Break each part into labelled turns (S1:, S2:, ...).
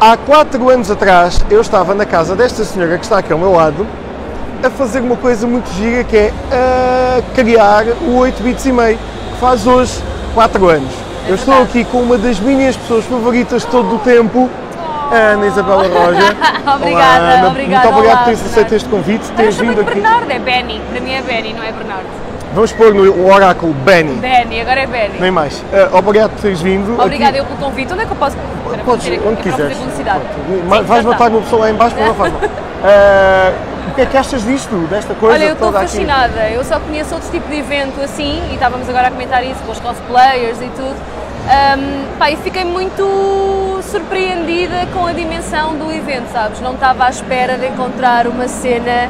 S1: Há 4 anos atrás eu estava na casa desta senhora que está aqui ao meu lado a fazer uma coisa muito gira que é a criar o 8 bits e meio, que faz hoje 4 anos.
S2: É
S1: eu estou aqui com uma das minhas pessoas favoritas de todo o tempo, a Ana Isabela Roja.
S2: Oh. Obrigada,
S1: Olá, Ana. Muito
S2: obrigada,
S1: obrigado
S2: olá,
S1: por teres
S2: Bernardo.
S1: aceito este convite,
S2: Eu
S1: teres
S2: chamo
S1: vindo
S2: de
S1: aqui.
S2: Bernardo, é Benny. Para mim é Benny, não é Bernardo.
S1: Vamos pôr no oráculo Benny.
S2: Benny, agora é Benny.
S1: Nem mais. Ah, obrigado por teres vindo. aqui.
S2: Obrigada eu pelo convite. Onde é que eu posso. Para
S1: Podes,
S2: fazer-
S1: onde
S2: para fazer
S1: quiseres.
S2: publicidade. Então
S1: Pronto.
S2: Sim,
S1: Mas Vais
S2: já
S1: matar
S2: está.
S1: uma pessoa lá em baixo, mas não faz mal. Ah, o que é que achas disto, desta coisa
S2: Olha, eu estou
S1: toda aqui?
S2: fascinada. Eu só conheço outro tipo de evento assim, e estávamos agora a comentar isso com os cosplayers e tudo. Ahm, pá, e fiquei muito surpreendida com a dimensão do evento, sabes? Não estava à espera de encontrar uma cena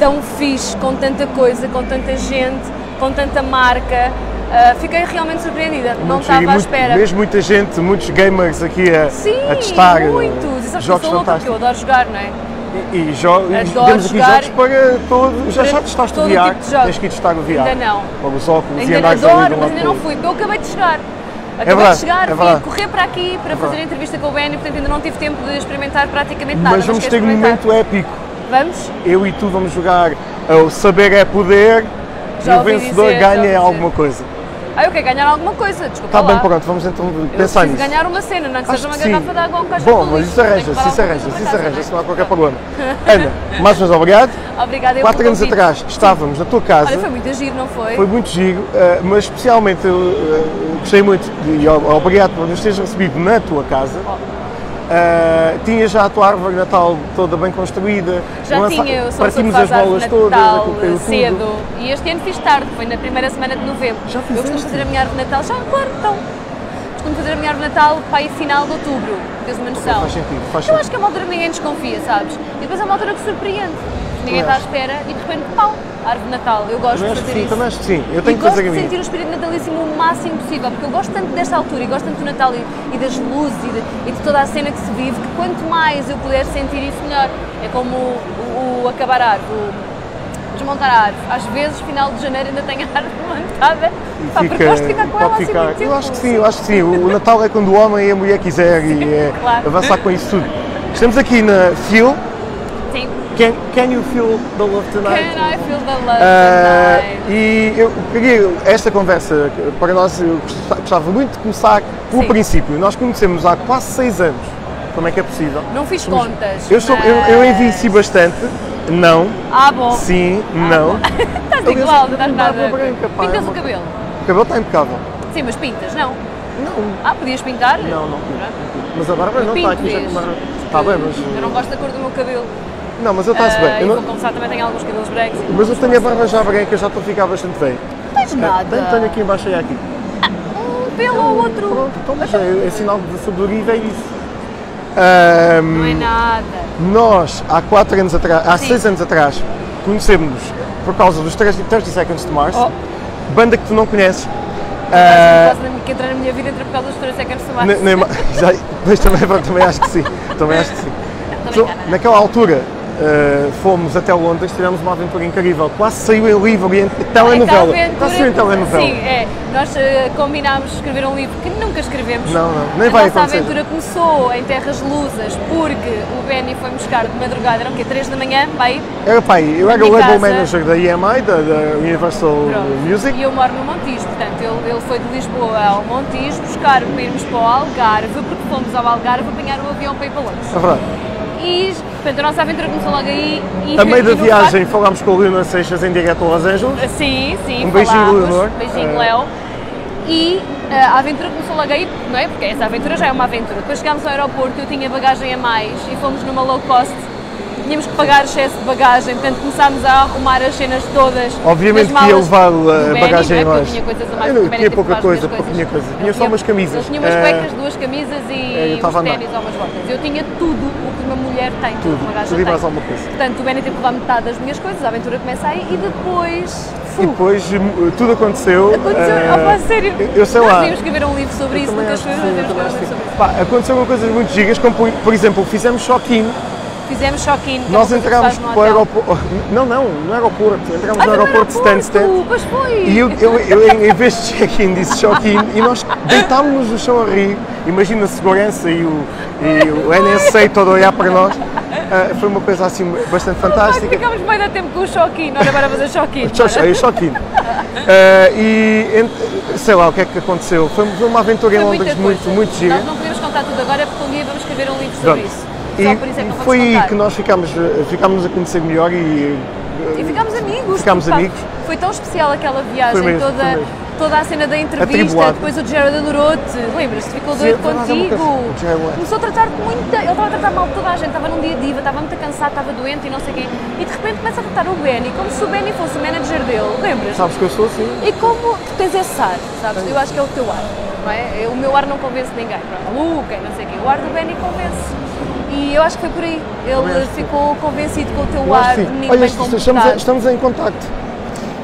S2: tão fixe, com tanta coisa, com tanta gente, com tanta marca. Ah, fiquei realmente surpreendida. não
S1: Muito giro, e
S2: estava à
S1: muito-
S2: espera.
S1: Mesmo muita gente, muitos gamers aqui a,
S2: Sim,
S1: a testar eh,
S2: muitos. E sabes que eu
S1: jogos
S2: sou louca, porque eu
S1: fantásticos.
S2: adoro jogar, não é?
S1: E, e, jo- e
S2: Adoro
S1: temos aqui
S2: jogar
S1: jogos para todo. Já,
S2: para
S1: já testaste o
S2: todo
S1: VR?
S2: tipo de jogo.
S1: Tens que ir testar o VR.
S2: Ainda não.
S1: Para os óculos e
S2: Ainda
S1: andares ali de
S2: adoro,
S1: um
S2: mas
S1: lado
S2: ainda
S1: para o
S2: não
S1: outro.
S2: fui, porque eu acabei de chegar. Acabei
S1: verdade,
S2: de chegar,
S1: é
S2: vim
S1: verdade. É
S2: correr para aqui para fazer a entrevista com o Benny, portanto ainda não tive tempo de experimentar praticamente nada.
S1: Mas vamos
S2: quero
S1: ter um
S2: experimentar.
S1: momento épico.
S2: Vamos?
S1: Eu e tu vamos jogar ao Saber é Poder
S2: Já
S1: e o
S2: ouvi
S1: vencedor
S2: dizer, já ouvi
S1: ganha
S2: dizer.
S1: alguma coisa.
S2: Ah, eu quero ganhar alguma coisa, desculpa.
S1: Está
S2: lá.
S1: bem, pronto, vamos então
S2: Eu
S1: pensar
S2: preciso
S1: nisso.
S2: ganhar uma cena, não é que
S1: Acho
S2: seja uma
S1: que sim.
S2: garrafa de água ou um caixão
S1: Bom,
S2: de
S1: mas
S2: lixo.
S1: isso arranja,
S2: Tenho
S1: se
S2: que
S1: isso
S2: levar
S1: arranja, se
S2: alguma coisa para
S1: isso
S2: casa,
S1: arranja,
S2: não é?
S1: se não há qualquer problema. Ana, mais uma vez obrigado.
S2: Obrigada, eu
S1: Quatro
S2: pelo
S1: anos
S2: convite.
S1: atrás estávamos na tua
S2: Olha, foi
S1: casa,
S2: muito giro, não foi?
S1: foi muito giro, eh, mas especialmente eu eh, gostei muito de- e o- obrigado por nos teres recebido na tua casa. Eh, tinha já a tua árvore de Natal toda bem construída.
S2: Já
S1: lança-
S2: tinha, eu sou
S1: Partimos
S2: pessoa
S1: as
S2: que faz
S1: bolas
S2: árvore de
S1: todas,
S2: Natal
S1: aquilo caiu tudo.
S2: cedo. E este ano fiz tarde, foi na primeira semana de novembro.
S1: Já
S2: eu costumo
S1: fizeste?
S2: fazer a minha árvore de Natal, já, claro, então. Costumo fazer a minha árvore de Natal para aí final de outubro, tens uma noção.
S1: Faz sentido, faz
S2: Eu
S1: sentido.
S2: acho que é uma altura que ninguém desconfia, sabes? E depois é uma altura que surpreende. Ninguém está à
S1: acho.
S2: espera e de repente, pau, árvore de Natal. Eu gosto
S1: Também
S2: de
S1: acho que
S2: fazer
S1: sim,
S2: isso.
S1: também acho que sim. Eu
S2: E
S1: tenho que
S2: gosto
S1: fazer a
S2: de
S1: minha.
S2: sentir o espírito natalíssimo o máximo possível, porque eu gosto tanto desta altura e gosto tanto do Natal e, e das luzes e de, e de toda a cena que se vive, que quanto mais eu puder sentir isso, melhor. É como o, o- o acabar a árvore, o desmontar a árvore. Às vezes, final de janeiro, ainda tenho a árvore montada, pá, porque gosto de ficar com ela
S1: pode
S2: assim muito tempo.
S1: Eu acho que sim, eu acho que sim. O o Natal é quando o homem e a mulher quiser e é
S2: claro.
S1: avançar com isso tudo. Estamos aqui na Feel.
S2: Sim.
S1: Can, can you feel the love tonight?
S2: Can I feel the love
S1: Ah,
S2: tonight?
S1: e eu queria esta conversa para nós, eu gosta- gostava muito de começar pelo
S2: Sim.
S1: princípio. Nós conhecemos há quase seis anos. Como é que é possível?
S2: Não fiz
S1: Somos-
S2: contas.
S1: Eu, sou, eu, eu
S2: mas-
S1: envici bastante. Não,
S2: Ah, bom.
S1: sim, não.
S2: Estás
S1: Aliás,
S2: igual, não estás
S1: uma barba
S2: nada.
S1: branca, pá, é
S2: Pintas
S1: uma-
S2: o cabelo.
S1: O cabelo está impecável.
S2: Sim, mas pintas, não.
S1: Não,
S2: Ah, podias pintar?
S1: Não, não.
S2: Pronto.
S1: Mas a barba não está
S2: Pinto
S1: aqui já
S2: vês?
S1: com barba. Está bem, mas.
S2: Eu não gosto da cor do meu cabelo.
S1: Não, mas eu está-se
S2: Ah,
S1: bem.
S2: e
S1: Eu
S2: vou
S1: não-
S2: confessar, também tenho alguns cabelos brancos.
S1: Mas eu tenho a barba já branca, já estou a ficar bastante bem.
S2: Não tens nada.
S1: Tenho, tenho aqui embaixo e aqui.
S2: Um pelo ou outro.
S1: Pronto, então, mas é, é sinal de sabedoria e vem isso. Ahm,
S2: Não é nada.
S1: nós, há 4 anos atrás, há
S2: Sim.
S1: 6 anos atrás, conhecemos-nos por causa dos 30, 30 Seconds to Mars,
S2: Oh.
S1: banda que tu não conheces.
S2: Estás quase na- que entrar na minha vida entre é por causa dos três seconds to
S1: Ah. Ne-
S2: Mars.
S1: nem ma- Já- mas também, também acho que sim. Também acho que sim.
S2: Tô
S1: So,
S2: brincando.
S1: naquela altura eh, fomos até Londres, tivemos uma aventura incrível, quase saiu em livro e em telenovela.
S2: É que a
S1: Quase saiu em telenovela.
S2: aventura- Sim, é. Nós eh, combinámos escrever um livro que nunca escrevemos.
S1: Não, não, nem
S2: a
S1: vai
S2: nossa
S1: acontecer.
S2: aventura começou em Terras Lusas porque o Benny foi buscar de madrugada, eram o quê? 3 da manhã, vai?
S1: Era pai, eu era o
S2: Minha
S1: label
S2: casa.
S1: manager da EMI, da, da Universal
S2: Pronto.
S1: Music.
S2: E eu moro no Montijo, portanto, ele, ele foi de Lisboa ao Montijo buscar para irmos para o Algarve, porque fomos ao Algarve apanhar o avião para ir para Londres.
S1: É verdade.
S2: E, portanto, a nossa aventura começou logo aí. E,
S1: A meio da
S2: e no
S1: viagem falámos com a Leonor Seixas em direto a Los Angeles.
S2: facto- sim, sim,
S1: Um beijinho,
S2: falámos.
S1: Leonor.
S2: Beijinho,
S1: Eh.
S2: Léo. E eh, a aventura começou logo aí, não é? Porque essa aventura já é uma aventura. Depois chegámos ao aeroporto, eu tinha bagagem a mais e fomos numa low cost. Tínhamos que pagar excesso de bagagem, portanto começámos a arrumar as cenas todas.
S1: Obviamente
S2: nas
S1: que ia
S2: malas
S1: levar
S2: do
S1: a
S2: Benny,
S1: bagagem
S2: não é?
S1: a mais.
S2: Porque eu tinha coisas a
S1: Eu não-
S2: mais, porque o Benny
S1: tinha
S2: teve que
S1: pouca
S2: levar
S1: coisa,
S2: as minhas coisas.
S1: pouquinha coisa.
S2: Ele
S1: Tinha só umas camisas.
S2: Ele tinha umas
S1: Eh, É,
S2: cuecas, duas camisas
S1: eu
S2: e
S1: estava a
S2: uns
S1: andar.
S2: ténis ou umas botas. Eu tinha tudo o que uma mulher tem, tudo,
S1: Tudo,
S2: uma gaja
S1: tudo e
S2: tem.
S1: mais alguma coisa.
S2: Portanto, o Benny teve que levar metade das minhas coisas, a aventura começa aí e depois...
S1: E depois eh, tudo aconteceu.
S2: Aconteceu,
S1: eh,
S2: opa, sério.
S1: eu- Eu sei
S2: Nós
S1: lá.
S2: devíamos escrever um livro sobre isso,
S1: Também
S2: nunca
S1: acho que
S2: escrevemos,
S1: sim,
S2: devemos
S1: também
S2: escrever
S1: acho que sim.
S2: um livro sobre isso.
S1: Pá, aconteceram coisas muito gigas, como por, por exemplo, fizemos shopping
S2: fizemos check-in. que
S1: Nós
S2: é uma coisa que
S1: entramos
S2: se faz no
S1: para o
S2: hotel.
S1: aeroporto. Não, não, no aeroporto. Entramos
S2: Ah,
S1: no
S2: foi
S1: aeroporto de Stansted.
S2: Pois foi!
S1: E eu, eu, eu, em- em vez de check-in, disse check-in e nós deitámos-nos no chão a rir. Imagina a segurança e o, e o NSA todo a olhar para nós. Ah, foi uma coisa assim bastante
S2: Nós
S1: fantástica.
S2: ficámos bem da tempo com o check-in. Olha, agora fazer check-in.
S1: Só, só, eu só aqui. e ent- sei lá o que é que aconteceu. Foi foi uma aventura em
S2: Foi muita
S1: Londres muito,
S2: coisa.
S1: muito gira.
S2: Nós não podemos contar tudo agora porque um dia vamos escrever um livro sobre
S1: Pronto.
S2: isso. Só
S1: E
S2: por isso é que não vamos
S1: foi aí
S2: contar.
S1: que nós ficámos, eh, ficámos a conhecer melhor e. eh,
S2: E ficámos amigos. tipo,
S1: Ficámos
S2: porque, pá,
S1: amigos.
S2: Foi tão especial aquela viagem,
S1: Foi mesmo,
S2: toda,
S1: foi mesmo.
S2: toda a cena da entrevista,
S1: Atribuado.
S2: depois o Gerard adorou-te, lembras-te? Ficou
S1: Sim,
S2: doido
S1: por acaso é uma
S2: contigo.
S1: coisa- o Gerard.
S2: Começou a tratar muita. Ele estava a tratar mal de toda a gente, estava num dia diva, estava muito cansado, estava doente e não sei o quê. E de repente começa a tratar o Benny como se o Benny fosse o manager dele, lembras?
S1: Sabes que eu sou assim.
S2: E como tu tens esse ar, sabes? Eu acho que é o teu ar, não é? Eu- O meu ar não convence ninguém, pronto. Luca, e não sei o quê. O ar do Benny convence. E eu acho que foi por aí. Ele
S1: acho que
S2: ficou convencido com o teu
S1: Eu acho
S2: ar,
S1: que sim.
S2: bonito,
S1: Olha,
S2: bem
S1: estamos, estamos em-
S2: comportado.
S1: estamos em contacto.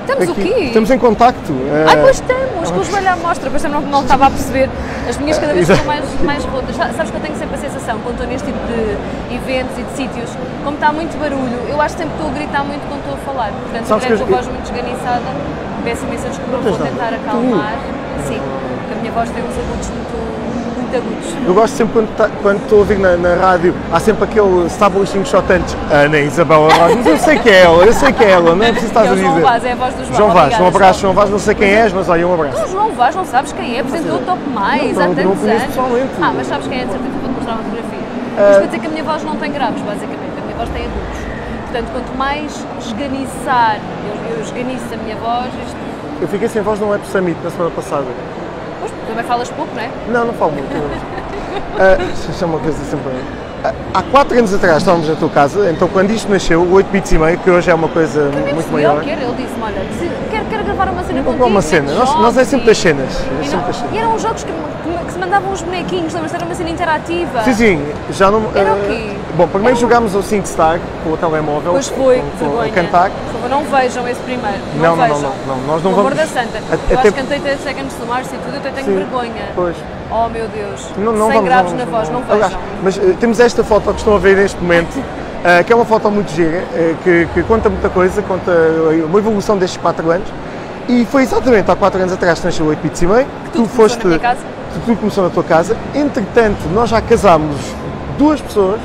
S2: Estamos o
S1: Aqui.
S2: quê?
S1: É Estamos em contacto. eh,
S2: Ai, pois estamos, com os joelho à mostra, pois eu não, não estava a perceber. As minhas cada vez
S1: Exato.
S2: estão mais, mais rotas. Sa- Sabes que eu tenho sempre a sensação, quando estou neste tipo de eventos e de sítios, como está muito barulho, eu acho sempre que estou a gritar muito quando estou a falar. Portanto,
S1: Sabes
S2: se tiver
S1: que
S2: com
S1: eu-
S2: a voz muito desganiçada, peço imensa desculpa, vou
S1: tens
S2: tentar
S1: nada.
S2: acalmar. Sim, porque a minha voz tem uns agudos muito, muito agudos.
S1: Eu gosto sempre quando, tá- quando estou a ouvir na, na rádio, há sempre aquele estabelecimento shot antes. Ana Isabel Rosa, mas eu sei que é ela, eu sei que é ela, não é preciso estar
S2: É
S1: a
S2: o João
S1: dizer.
S2: Vaz, é a voz do João. Uhum.
S1: João Vaz,
S2: Obrigada,
S1: um abraço,
S2: João.
S1: João Vaz, não sei quem és, mas olha, um abraço.
S2: Então, João Vaz, não sabes quem é? Apresentou o Top Mais
S1: Não,
S2: há
S1: não
S2: tantos
S1: conheço
S2: anos.
S1: pessoalmente. Ah.
S2: Ah, mas sabes quem é? De certeza vou-te mostrar uma fotografia. Mas para dizer que a minha voz não tem graves, basicamente. A minha voz tem agudos. Portanto, quanto mais esganiçar, eu, eu esganiço a minha voz, isto...
S1: Eu fiquei sem voz no Web Summit na semana passada.
S2: Pois, também falas pouco, não é?
S1: Não, não falo muito. Ah, Isso é uma coisa sempre. Ah, Há 4 anos atrás estávamos na tua casa, então quando isto nasceu, o 8 bits e meio, que hoje é uma coisa
S2: Eu
S1: muito
S2: nem percebi ao
S1: maior.
S2: que era. Ele disse-me, olha, se- quero, quero gravar uma cena contigo.
S1: Não é uma cena,
S2: mete
S1: nós, nós é
S2: jogos
S1: sempre
S2: e-
S1: das cenas. É
S2: E,
S1: sempre das
S2: não,
S1: cenas.
S2: e eram jogos que, me- que se mandavam os bonequinhos, lembras? Era uma cena interativa.
S1: Sim, sim, já não.
S2: Era o
S1: eh,
S2: quê?
S1: Bom, primeiro
S2: Era um-
S1: jogámos ao SingStar com o telemóvel.
S2: Pois foi,
S1: com-
S2: que
S1: com-
S2: vergonha.
S1: A cantar.
S2: Por favor, não vejam esse primeiro.
S1: Não,
S2: Não,
S1: não,
S2: vejam.
S1: não, não, não, nós não
S2: Por favor
S1: vamos-
S2: da Santa.
S1: Até-
S2: eu
S1: até-
S2: acho que cantei 30 Seconds to Mars e tudo, eu até tenho
S1: Sim,
S2: vergonha.
S1: Pois.
S2: Oh meu Deus.
S1: Não, não
S2: Sem
S1: vamos,
S2: graves
S1: não
S2: na
S1: vamos,
S2: voz, não,
S1: Aliás,
S2: vejam.
S1: mas eh, temos esta foto que estão a ver neste momento, eh, que é uma foto muito gira, eh, que, que conta muita coisa, conta eh, uma evolução destes 4 anos. E foi exatamente há 4 anos atrás que nasceu o 8 bits e meio, que
S2: tudo
S1: tu
S2: começou na
S1: foste.
S2: minha casa.
S1: que Tudo começou na tua casa. Entretanto, nós já casámos duas pessoas,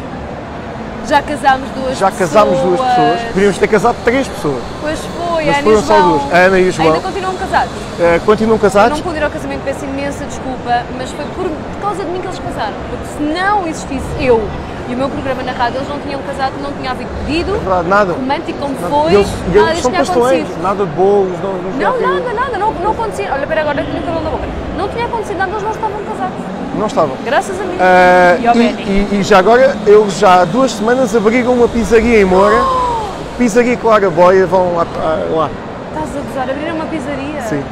S2: Já casámos duas
S1: já casámos duas pessoas, deveríamos ter casado três pessoas.
S2: Pois foi,
S1: Mas
S2: Ana
S1: foram
S2: e
S1: só
S2: João.
S1: duas, a Ana e o João.
S2: Ainda continuam casados.
S1: Eh, continuam
S2: Eu
S1: casados?
S2: não pude ir ao casamento, peço imensa desculpa, mas foi por causa de mim que eles casaram. Porque se não existisse eu e o meu programa na rádio, eles não tinham casado, não tinha havido pedido.
S1: Verdade, nada.
S2: Romântico como
S1: Nada.
S2: foi,
S1: E eles, e
S2: nada
S1: eles
S2: disto
S1: são
S2: tinha
S1: pasteleiros,
S2: acontecido.
S1: nada de bolos, não, não,
S2: Não,
S1: tinha
S2: nada, nada, não, não acontecia. Olha, pera, agora tenho o cabelo na boca. Não tinha acontecido nada, eles não estavam casados.
S1: aquilo. Não estavam.
S2: Graças a mim.
S1: Ah,
S2: e ao
S1: e,
S2: Benny.
S1: e- e já agora, eles já há duas semanas abrigam uma pizzaria em Moura. Pizzaria Clara Boia, vão lá. ah, lá.
S2: Estás a gozar, abriram uma pizzaria.
S1: Sim.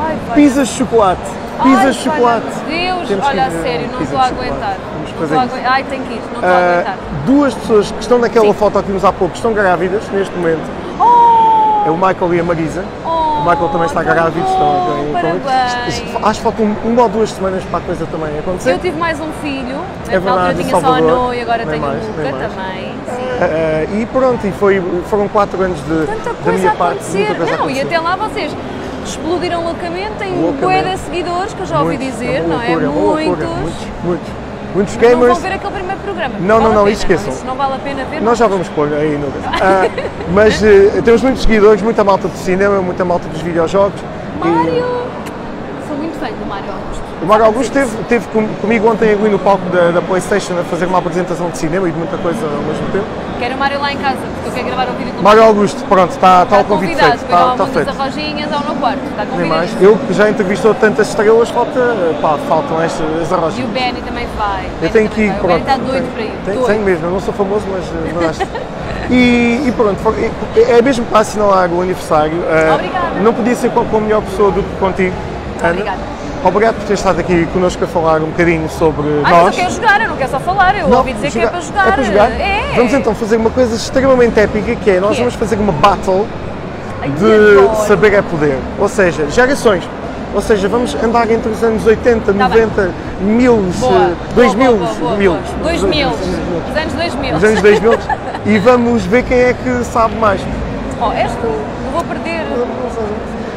S2: Ai, pai.
S1: Pizzas de chocolate.
S2: Ai,
S1: Pizzas
S2: pai,
S1: de chocolate.
S2: meu Deus,
S1: Temos que
S2: olha, a
S1: ir,
S2: sério, não
S1: pizza
S2: estou a
S1: de chocolate.
S2: aguentar.
S1: Vamos
S2: Não
S1: fazer
S2: estou a
S1: isso.
S2: aguentar. Ai, tenho que ir, não estou a
S1: Ah,
S2: aguentar.
S1: duas pessoas que estão naquela
S2: Sim.
S1: foto que vimos há pouco estão grávidas neste momento.
S2: Oh!
S1: É o Michael e a Marisa.
S2: Oh,
S1: o Michael também está
S2: tão
S1: grávido.
S2: bom,
S1: Estão estão- estão-
S2: parabéns.
S1: é Então, Isto- isto- Acho que faltam uma ou duas semanas para a coisa também acontecer.
S2: Eu tive mais um
S1: É
S2: filho, na altura
S1: verdade,
S2: tinha
S1: Salvador.
S2: só a Noa e agora
S1: Nem
S2: tenho
S1: mais,
S2: o
S1: nem
S2: Luca
S1: mais.
S2: também. Sim.
S1: Ah, e pronto, e foi, foram quatro anos de,
S2: Tanta
S1: da
S2: coisa
S1: minha
S2: a
S1: parte.
S2: acontecer.
S1: muita coisa a
S2: não, e
S1: acontecer.
S2: até lá vocês explodiram loucamente, têm
S1: Loucamente.
S2: bué de seguidores, que eu já ouvi
S1: Muitos,
S2: dizer,
S1: uma
S2: não é?
S1: loucura, uma
S2: Muitos.
S1: loucura, muitos, muitos. Muitos
S2: Mas Não vão
S1: gamers.
S2: ver aquele primeiro programa.
S1: Não, não,
S2: vale a
S1: não,
S2: pena,
S1: esqueçam.
S2: Isso não vale a pena ver.
S1: Nós já vamos pôr aí no. Ah, mas eh, temos muitos seguidores, muita malta do cinema, muita malta dos videojogos.
S2: Mário! Sou muito fã do Mário Augusto.
S1: E o Mário Augusto esteve, esteve com- comigo ontem ali no palco da, da Playstation a fazer uma apresentação de cinema e de muita coisa ao mesmo tempo.
S2: Quero o Mário lá em casa, porque eu quero gravar um vídeo com o
S1: Mário Augusto, pronto, está está
S2: Está
S1: o convite
S2: Tá convidado,
S1: feito.
S2: depois
S1: Está,
S2: dá
S1: está
S2: uma muitas
S1: feito.
S2: arrojinhas ou no quarto. Está
S1: Nem mais.
S2: convidado.
S1: Eu que já entrevistou tantas estrelas, falta, pá, faltam estas as arrojas.
S2: E o Benny também vai.
S1: Eu
S2: Benny
S1: tenho que
S2: também
S1: ir,
S2: vai. O
S1: pronto.
S2: Benny está doido para
S1: tenho,
S2: ir.
S1: tenho,
S2: doido.
S1: tenho mesmo, eu não sou famoso, mas eh, mas acho. E, e pronto, foi- é é mesmo para assinalar o aniversário. eh,
S2: Obrigada.
S1: Não podia ser com com a melhor pessoa do que contigo, Ana.
S2: Obrigada.
S1: Obrigado por ter estado aqui connosco a falar um bocadinho sobre
S2: Ah, mas eu
S1: nós.
S2: quero jogar, eu não quero só falar, eu
S1: Não,
S2: ouvi dizer que é para jogar.
S1: É para jogar?
S2: É.
S1: Vamos então fazer uma coisa extremamente épica, que é nós
S2: Que é?
S1: vamos fazer uma battle
S2: Ai,
S1: de
S2: adoro.
S1: saber é poder. Ou seja, gerações. Ou seja, vamos andar entre os anos 80,
S2: Tá bem.
S1: 90, mil,
S2: Boa.
S1: 2000,
S2: boa, boa, boa,
S1: mil.
S2: boa. 2000. Os anos 2000.
S1: Os anos 2000 e vamos ver quem é que sabe mais.
S2: Oh, és tu. Não vou perder.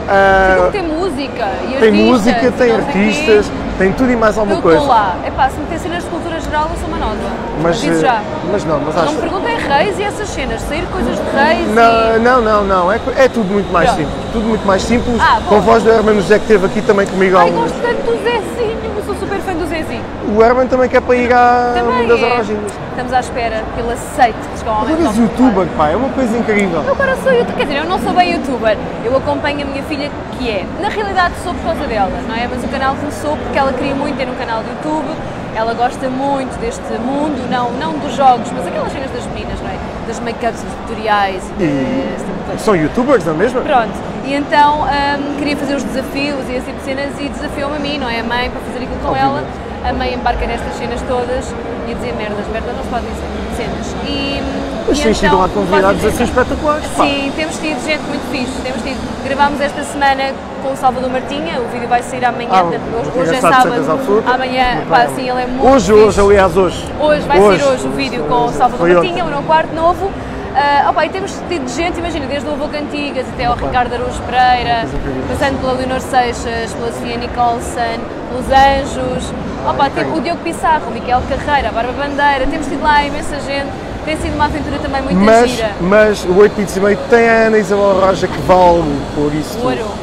S1: Ah,
S2: Não tem música. E
S1: tem
S2: artistas,
S1: música, tem
S2: não sei quê.
S1: artistas, tem tudo e mais
S2: Eu
S1: alguma
S2: estou
S1: coisa.
S2: lá. Epá, se meter cenas de cultura geral, eu sou manova. Mas,
S1: eh,
S2: isso já.
S1: mas não, mas
S2: Não
S1: acho.
S2: me perguntem reis e essas cenas. Sair coisas de reis
S1: Não,
S2: e...
S1: não, não, não. É, co- é tudo muito mais
S2: Pronto.
S1: simples. Tudo muito mais simples.
S2: Ah, boa.
S1: com a voz do Herman José que esteve aqui também comigo há
S2: Ai,
S1: um-
S2: gosto tanto do Zezinho. Eu sou super fã do Zezinho.
S1: O Herman também quer para ir à
S2: Também
S1: das
S2: é.
S1: Araginhas.
S2: Estamos à espera que ele aceite que chegou ao
S1: Agora
S2: momento
S1: és youtuber, pá, é uma coisa incrível.
S2: Eu Agora sou youtuber, quer dizer, eu não sou bem youtuber, eu acompanho a minha filha que é. Na realidade sou por causa dela, não é? Mas o canal começou porque ela queria muito ter um canal de YouTube, ela gosta muito deste mundo, não, não dos jogos, mas aquelas cenas das meninas, não é? Das make-ups, dos tutoriais e
S1: E-
S2: desse tipo de coisa.
S1: São youtubers, não é mesmo?
S2: Pronto, e então hum, queria fazer os desafios e esse tipo de cenas e desafiou-me a mim, não é? A mãe para fazer aquilo com ela. A mãe embarca nestas cenas todas e dizia merdas, merda não se pode dizer, cenas. E, hum,
S1: Mas
S2: e
S1: tens tido
S2: então,
S1: lá convidados
S2: posso dizer-
S1: assim espetaculares, pá.
S2: Sim, temos tido gente muito fixe, temos tido. Gravámos esta semana com o Salvador Martinha, o vídeo vai sair amanhã,
S1: Ah,
S2: portanto,
S1: o
S2: hoje é
S1: engraçado de certeza
S2: sábado,
S1: absoluta.
S2: amanhã,
S1: Muito
S2: pá,
S1: bem.
S2: sim, ele é muito
S1: Hoje,
S2: fixe.
S1: hoje, aliás, hoje.
S2: Hoje vai sair hoje o vídeo com o Salvador
S1: Foi
S2: Martinha, o
S1: ontem.
S2: No Quarto Novo. Ah, opa, e temos tido gente, imagina, desde o Avô Cantigas até ao Ricardo Araújo Pereira,
S1: coisa incrível.
S2: passando pela Leonor Seixas, pela Sofia Nicholson, pelos Anjos, opa, tem- o Diogo Pissarro, o Miquel Carreira, a Barba Bandeira, temos tido lá imensa gente, tem sido uma aventura também muito
S1: Mas,
S2: gira.
S1: mas o 8 bits e meio tem a Ana Isabel Roja que vale por isso
S2: Ouro,
S1: tudo.
S2: ouro.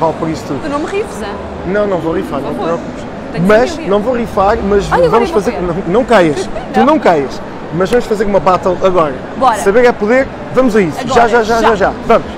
S1: Vale por isso tudo.
S2: Tu não me rifes, hã?
S1: Não, não vou rifar, não te
S2: favor.
S1: preocupes.
S2: Tenho que
S1: Mas,
S2: saber.
S1: não vou rifar, mas
S2: Ai, agora
S1: vamos
S2: eu vou
S1: fazer...
S2: cair.
S1: Não, não caias, tu
S2: Não.
S1: não caias. Mas vamos fazer uma battle agora.
S2: Bora.
S1: Saber é poder, vamos a isso.
S2: Agora,
S1: já, já, já,
S2: já.
S1: já, já. Vamos.